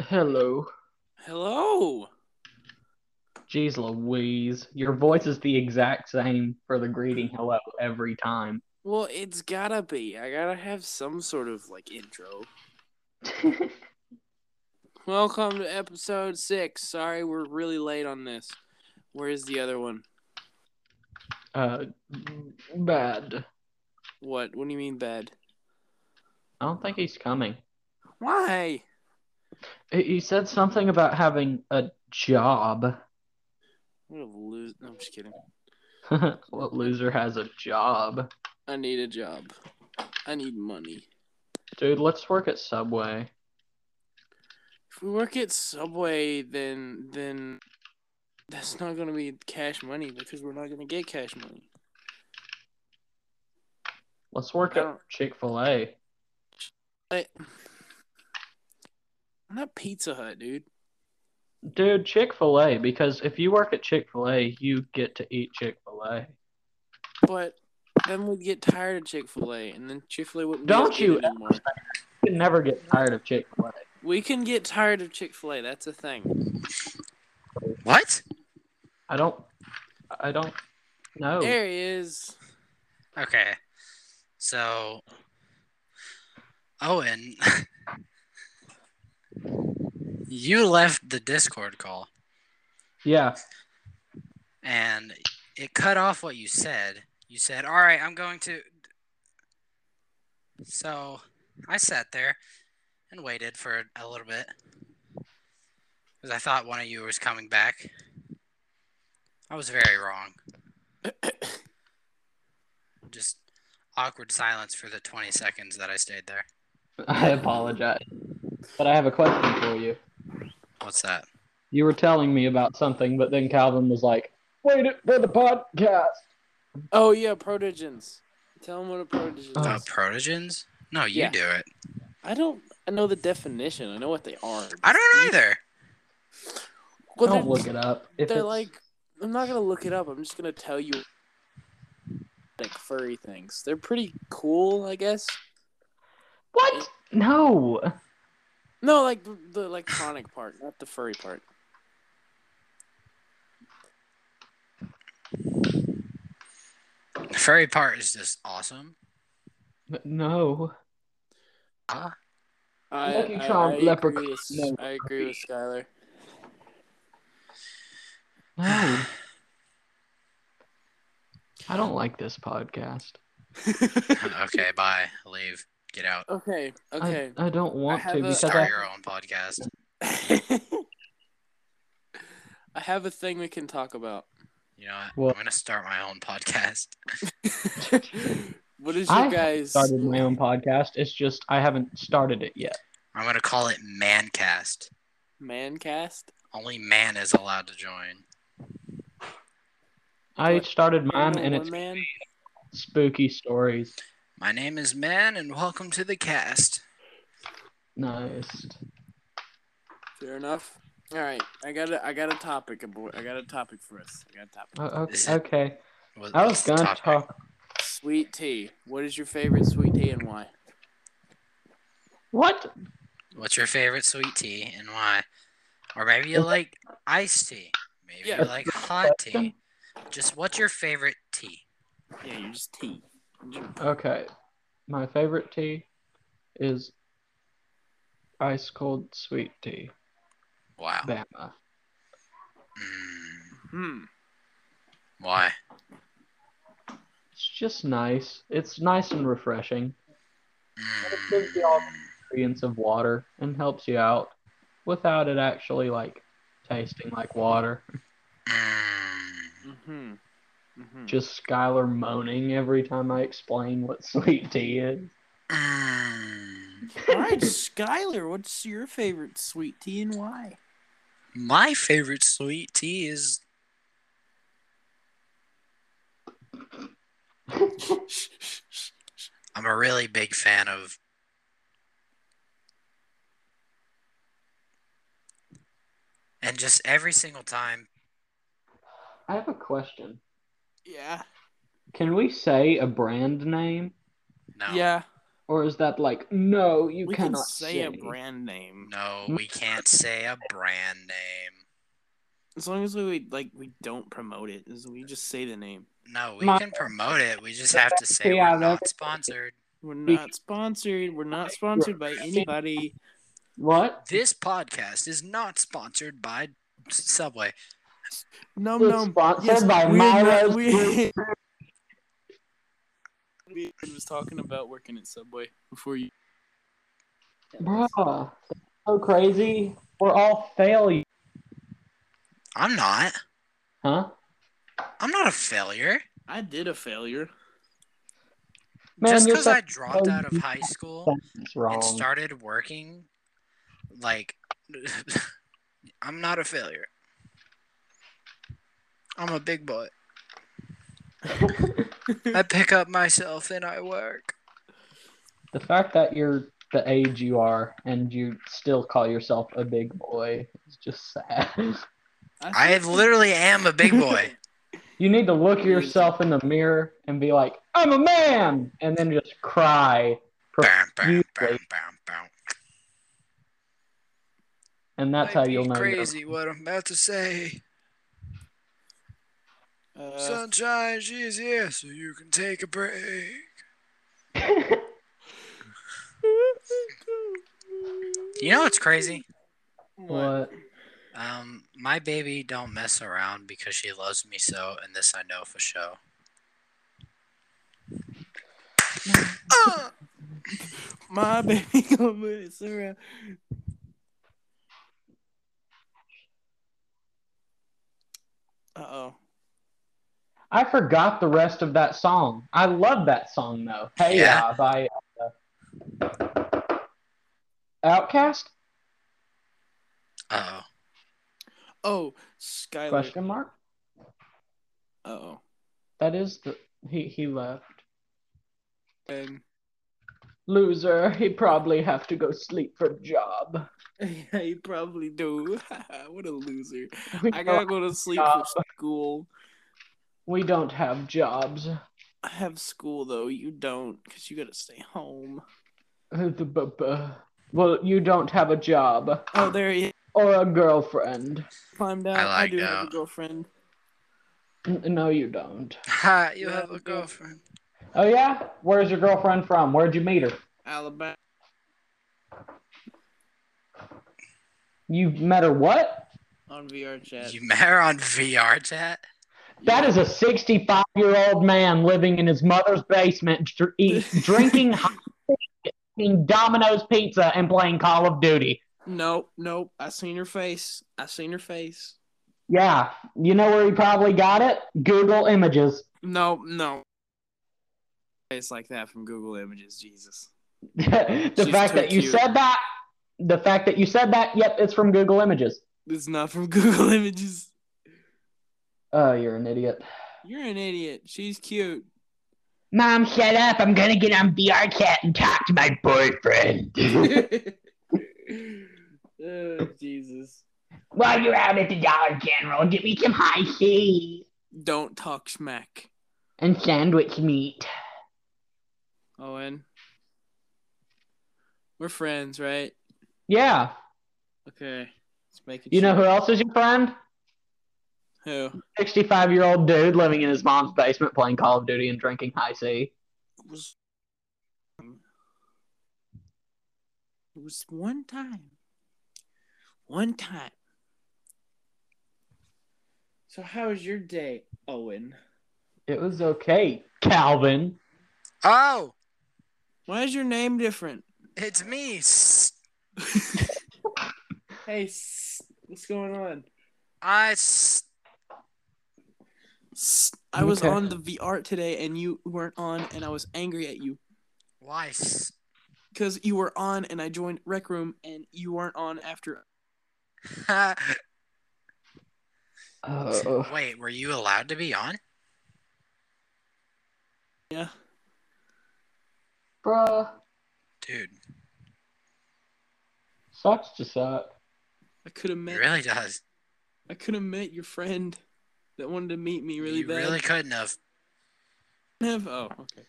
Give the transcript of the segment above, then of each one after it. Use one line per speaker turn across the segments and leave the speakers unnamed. Hello.
Hello.
Jeez Louise. Your voice is the exact same for the greeting hello every time.
Well, it's gotta be. I gotta have some sort of like intro. Welcome to episode six. Sorry, we're really late on this. Where is the other one?
uh, bad.
What? What do you mean bad?
I don't think he's coming.
Why?
He he said something about having a job.
I'm gonna lose. No, I'm just kidding.
what loser has a job?
I need a job. I need money.
Dude, let's work at Subway.
If we work at Subway, then then that's not gonna be cash money because we're not gonna get cash money.
Let's work
I
at
don't-
Chick fil A.
But I'm not Pizza Hut, dude.
Dude, Chick fil A, because if you work at Chick fil A, you get to eat Chick fil A.
But then we'd get tired of Chick Fil A, and then Chick Fil A wouldn't. be
Don't
as
you
good anymore.
You can never get tired of Chick fil A.
We can get tired of Chick Fil A. That's a thing.
What?
I don't. I don't know.
There he is.
Okay. So, Owen, you left the Discord call
Yeah.
and it cut off what you said. You said, All right, I'm going to. So, I sat there and waited for a little bit because I thought one of you was coming back. I was very wrong. Just awkward silence for the 20 seconds that I stayed there.
I apologize. But I have a question for you.
What's that?
You were telling me about something, but then Calvin was like, wait it for the podcast.
Oh yeah, Protogens. Tell him what a Protogen is.
Oh.
Uh, protogens? No, you
Yeah.
do it.
I don't. I know the definition. I know what they are.
I don't either.
Well,
Don't
they're,
look it up. If
they're
it's,
like. I'm not gonna look it up. I'm just gonna tell you. Like furry things. They're pretty cool, I guess.
what? No.
No, like the, the electronic part, not the furry part.
The furry part is just awesome.
No.
Ah,
I,
Lucky
I,
charm,
I
leprechaun.
Agree with,
No.
I agree with Skylar.
No. I don't like this podcast.
okay, bye. Leave. Get out.
okay. Okay.
I, I don't want
have
to
a-
because
Start
I,
your own podcast.
I have a thing we can talk about.
You know what?
Well-
I'm gonna start my own podcast.
what is your
I haven't
guys?
started my own podcast. It's just I haven't started it yet.
I'm gonna call it Mancast.
Mancast?
Only man is allowed to join.
I
What?
started mine
You're
and
a
it's
man?
spooky stories.
My name is Man, and welcome to the cast.
Nice.
Fair enough. All right, I got a, I got a topic, abo- I got a topic for us. I got a topic.
O-
Is
o-
it-
Okay.
What-
I was
what's the
gonna
topic?
talk.
Sweet tea. What is your favorite sweet tea and why?
What?
What's your favorite sweet tea and why? Or maybe you
Is that-
like iced tea. Maybe
Yeah.
you like hot tea.
um,
Just what's your favorite tea?
Yeah, you just tea.
Okay. My favorite tea is ice cold sweet tea.
Wow.
Bama.
Mm,
Hmm.
why?
It's just nice. It's nice and refreshing. It gives you all the
Mm,
Ingredients of water and helps you out without it actually like tasting like water.
mm.
Mm-hmm. Mm-hmm.
Just Skylar moaning every time I explain what sweet tea is.
Mm.
All right, Skylar, what's your favorite sweet tea and why?
My favorite sweet tea is I'm a really big fan of and just every single time
I have a question.
Yeah.
Can we say a brand name?
no
Yeah.
Or is that like, no, you
we can
cannot
say a brand name
No, we can't say a brand name.
as long as we like we don't promote it. As we just say the name.
No, we
My-
can promote it. We just have to say
Yeah,
we're not
that's-
sponsored.
We're
We-
not sponsored. We're not sponsored by anybody.
What?
This podcast is not sponsored by Subway.
No,
We're
no.
sponsored
Yes,
by
we're
Milo's
not- we- We was talking about working at Subway before you.
Bruh. that's So crazy. We're all failures.
I'm not.
Huh?
I'm not a failure.
I did a failure.
Man,
just
you're
because
so-
I dropped out of high school
That's
and
wrong.
started working, like, I'm not a failure. I'm a big boy. I pick up myself and I work.
the fact that you're the age you are and you still call yourself a big boy is just sad.
I literally am a big boy.
You need to look yourself in the mirror and be like, I'm a man! And then just cry.
Bam, bam,
You-
bam, bam, bam.
And that's
Might
how you'll
be
know. you're-
crazy what I'm about to say.
Uh,
Sunshine, she's here, so you can take a break. You know what's crazy?
what?
Um, my baby don't mess around because she loves me so, and this I know for sure. Ah!
My baby gonna mess around. Uh oh.
I forgot the rest of that song. I love that song though. Hey
Yeah.
Ya by uh, Outcast?
Uh-oh.
Oh, Skylar.
Question mark.
Uh oh.
That is the he he left.
And
Loser. He probably have to go sleep for job.
yeah, you probably do. what a loser.
We,
I gotta
don't,
go to sleep for school.
we don't have jobs.
I have school though. You don't, cause you gotta stay home.
Uh, the bu- bu- Well, you don't have a job
Oh, there he is.
or a girlfriend.
climbed out.
I
I,
like
do have
that.
a girlfriend.
N- no, you don't.
Ha, you
Yeah,
have a
okay.
girlfriend.
Oh yeah. Where's your girlfriend from? Where'd you meet her?
Alabama.
You met her what?
On VR chat.
You met her on VR chat?
That is a 65 year old man living in his mother's basement, dr- eat, drinking hot tea, eating Domino's pizza, and playing Call of Duty.
Nope, nope. I seen her face. I seen her face.
Yeah, you know where he probably got it? Google Images.
No, no. It's like that from Google Images. Jesus.
the
She's
fact
too
that you
cute.
said that, the fact that you said that, yep, it's from Google Images.
It's not from Google Images.
Oh, you're an idiot.
You're an idiot. She's cute.
Mom, shut up. I'm going to get on VR chat and talk to my boyfriend.
oh, Jesus.
While you're out at the Dollar General, give me some high C
Don't talk smack.
and sandwich meat.
Owen. We're friends, right?
Yeah.
Okay. Let's make it.
You know who else is your friend?
who?
65 year old dude living in his mom's basement playing Call of Duty and drinking high C.
was it was one time one time so how was your day owen
It was okay, Calvin.
Oh,
why is your name different
it's me. S-
hey s- what's going on
I s-
S- i was
Okay.
on the vr today and you weren't on and i was angry at you
why s-
because you were on and i joined rec room and you weren't on after
Ha.
Oh,
Wait, were you allowed to be on?
yeah
bruh.
Dude,
Sucks to suck.
i could have
it
met
really does.
i could have met your friend that wanted to meet me really
you
bad
really couldn't have.
Nev- Oh, okay.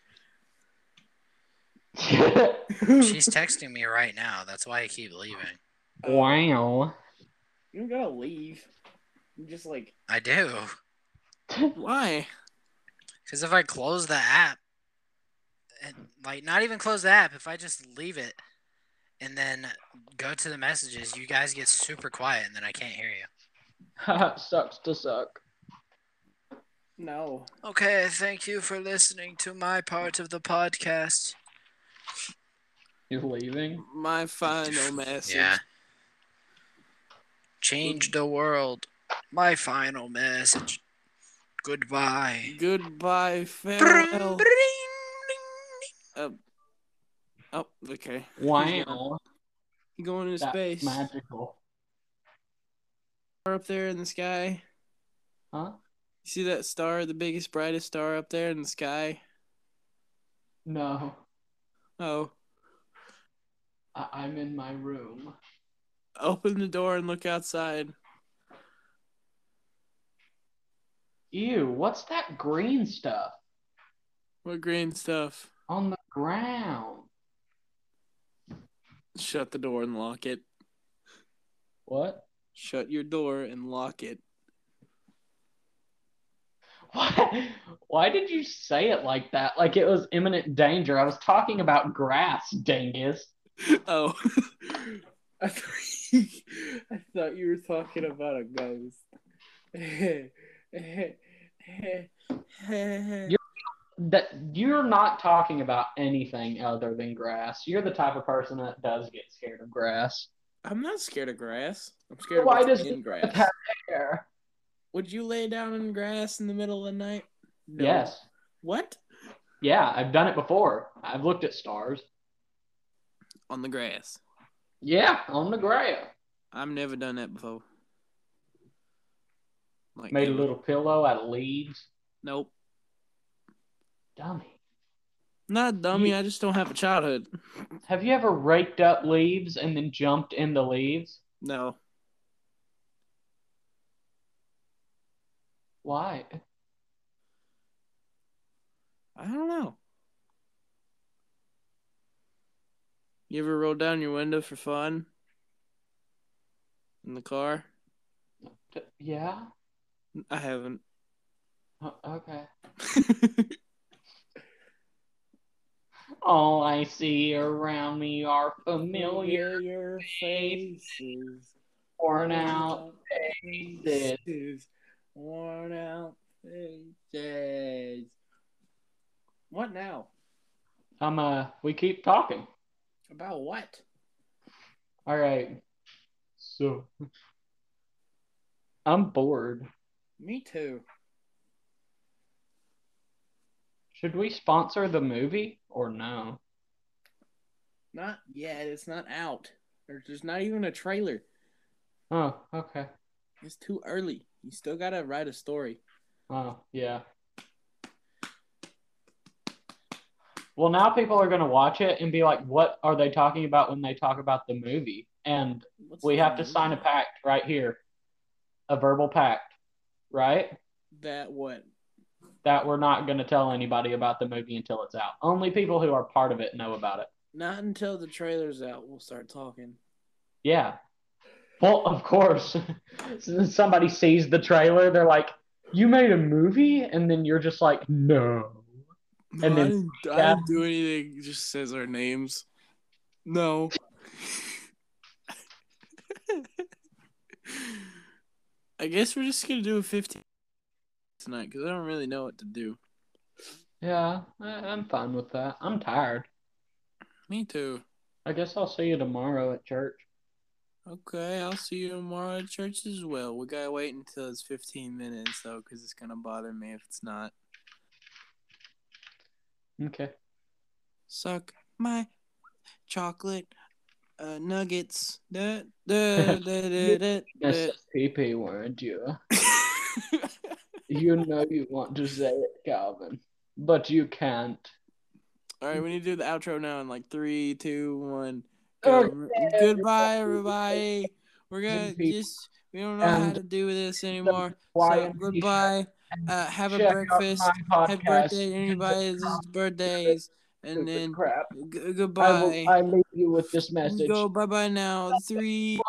She's texting me right now. That's why I keep leaving.
wow.
You don't gotta leave. You just like
I do.
Why?
Because if I close the app, and, like not even close the app, if I just leave it and then go to the messages, you guys get super quiet and then I can't hear you.
Sucks to suck.
no.
Okay, thank you for listening to my part of the podcast.
You're leaving?
My final message.
Yeah. Change the world. My final message. Goodbye.
Goodbye,
Bring,
farewell.
bring, ding.
Oh, okay.
Wow.
You going into
That's
space?
magical.
Star up there in the sky.
Huh?
You see that star, the biggest, brightest star up there in the sky?
No.
Oh,
I- I'm in my room.
open the door and look outside.
Ew, what's that green stuff
What green stuff?
on the ground?
Shut the door and lock it.
What?
Shut your door and lock it.
Why, why did you say it like that? Like it was imminent danger. I was talking about grass, dingus.
Oh,
I thought, I thought you were talking about a ghost.
That you're not talking about anything other than grass. You're the type of person that does get scared of grass.
I'm not scared of grass. I'm scared
Why
of what's
does-
in grass.
Here.
Would you lay down in grass in the middle of the night? No.
Yes.
What?
Yeah, I've done it before. I've looked at stars.
On the grass.
Yeah, on the grass.
I've never done that before. Like
Made a
ever.
little pillow out of leaves.
Nope.
Dummy.
Not a dummy.
Ye-
I just don't have a childhood.
Have you ever raked up leaves and then jumped in the leaves?
No.
Why?
I don't know. You ever roll down your window for fun? In the car?
T- Yeah.
I haven't.
O- Oh, Okay. All I see around me are familiar
Familiar faces.
worn out faces.
faces. Worn out faces. What now?
I'm uh we keep talking.
About what?
All right. So I'm bored.
Me too.
Should we sponsor the movie or no?
Not yet. It's not out. There's just not even a trailer.
Oh, okay.
It's too early. You still gotta write a story.
Oh, yeah. Well, now people are going to watch it and be like, what are they talking about when they talk about the movie? And
What's
we
the
have to
name?
Mm-hmm.
sign a pact right here a verbal pact, right?
that. What?
That we're not going to tell anybody about the movie until it's out. Only people who are part of it know about it.
Not until the trailer's out, we'll start talking.
Yeah. Well, of course. Somebody sees the trailer, they're like, you made a movie? And then you're just like, no.
No,
And
I,
then-
didn't, I
yeah.
didn't do anything. It just says our names. No. I guess we're just gonna do a fifteen tonight because I don't really know what to do.
Yeah, I- I'm fine with that. I'm tired.
Me too.
I guess I'll see you tomorrow at church.
Okay, I'll see you tomorrow at church as well. We gotta wait until it's fifteen minutes though, because it's gonna bother me if it's not.
Okay.
Suck my chocolate uh, nuggets. Da, da, da, da, da, da.
That's the PP word, you. You know you want to say it, Calvin, but you can't.
All right, we need to do the outro now in like three, two, one. Go.
Okay,
Goodbye, everybody. We're gonna
Good people.
just we don't know how
And
to do this anymore. So
Why
goodbye. Uh, have a
check out
breakfast.
my
Happy
podcast.
birthday, to anybody. This is birthdays. and then
crap.
g-
I, will,
goodbye.
I leave you with this message.
Go bye bye now. Three.